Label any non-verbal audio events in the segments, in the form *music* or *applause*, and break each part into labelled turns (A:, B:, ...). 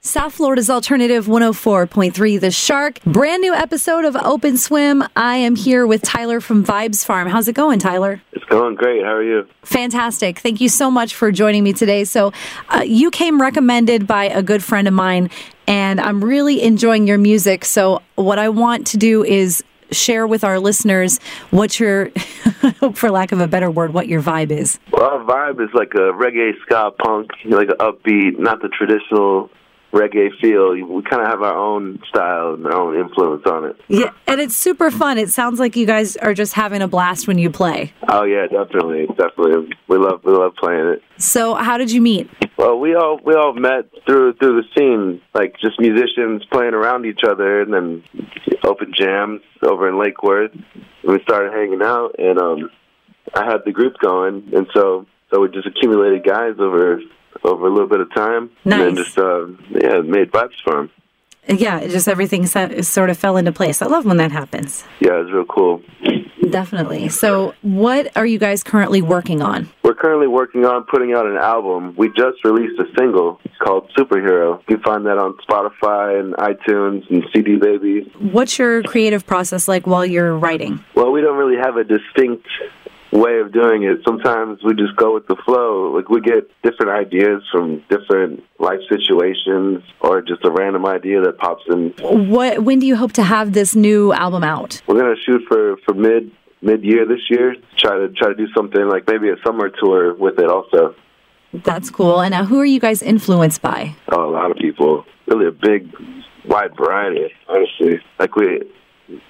A: South Florida's Alternative 104.3 The Shark. Brand new episode of Open Swim. I am here with Tyler from Vibes Farm. How's it going, Tyler?
B: It's going great. How are you?
A: Fantastic. Thank you so much for joining me today. So, uh, you came recommended by a good friend of mine, and I'm really enjoying your music. So, what I want to do is share with our listeners what your, *laughs* for lack of a better word, what your vibe is.
B: Well, our vibe is like a reggae ska punk, like an upbeat, not the traditional reggae feel. We kind of have our own style and our own influence on it.
A: Yeah, and it's super fun. It sounds like you guys are just having a blast when you play.
B: Oh yeah, definitely, definitely. We love we love playing it.
A: So, how did you meet?
B: Well, we all we all met through through the scene, like just musicians playing around each other, and then open jams over in Lake Worth. We started hanging out, and um, I had the group going, and so so we just accumulated guys over over a little bit of time,
A: Nice.
B: and then just uh, yeah, made vibes for him.
A: Yeah, it just everything so- sort of fell into place. I love when that happens.
B: Yeah, it was real cool.
A: Definitely. So, what are you guys currently working on?
B: We're currently working on putting out an album. We just released a single called Superhero. You can find that on Spotify and iTunes and CD Baby.
A: What's your creative process like while you're writing?
B: Well, we don't really have a distinct way of doing it. Sometimes we just go with the flow. Like we get different ideas from different life situations or just a random idea that pops in.
A: What when do you hope to have this new album out?
B: We're gonna shoot for for mid mid year this year. Try to try to do something like maybe a summer tour with it. Also,
A: That's cool. And now, who are you guys influenced by?
B: oh, a lot of people. Really a big wide variety. Honestly, like we.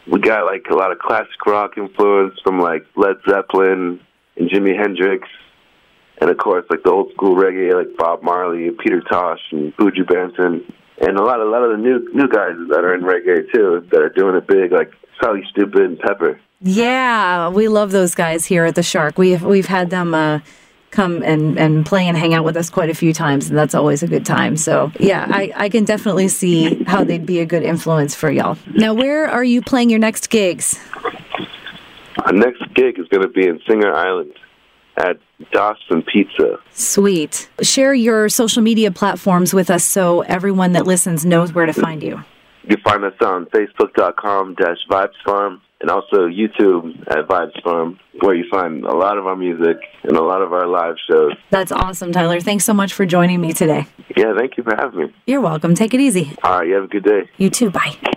B: We got like a lot of classic rock influence from like Led Zeppelin and Jimi Hendrix and of course like the old school reggae like Bob Marley, Peter Tosh, and Buju Banton, and a lot a lot of the new new guys that are in reggae too that are doing it big like Sally Stupid and Pepper.
A: Yeah, we love those guys here at the Shark. We've we've had them uh, come and, and play and hang out with us quite a few times, and that's always a good time. So yeah, I, I can definitely see how they'd be a good influence for y'all. Now, where are you playing your next gigs?
B: Our next gig is going to be in Singer Island at Dawson Pizza.
A: Sweet. Share your social media platforms with us so everyone that listens knows where to find you.
B: You can find us on Facebook.com dash Vibes Farm and also YouTube at Vibes Farm, where you find a lot of our music and a lot of our live shows.
A: That's awesome, Tyler. Thanks so much for joining me today.
B: Yeah, thank you for having me.
A: You're welcome. Take it easy.
B: All right, you have a good day.
A: You too. Bye.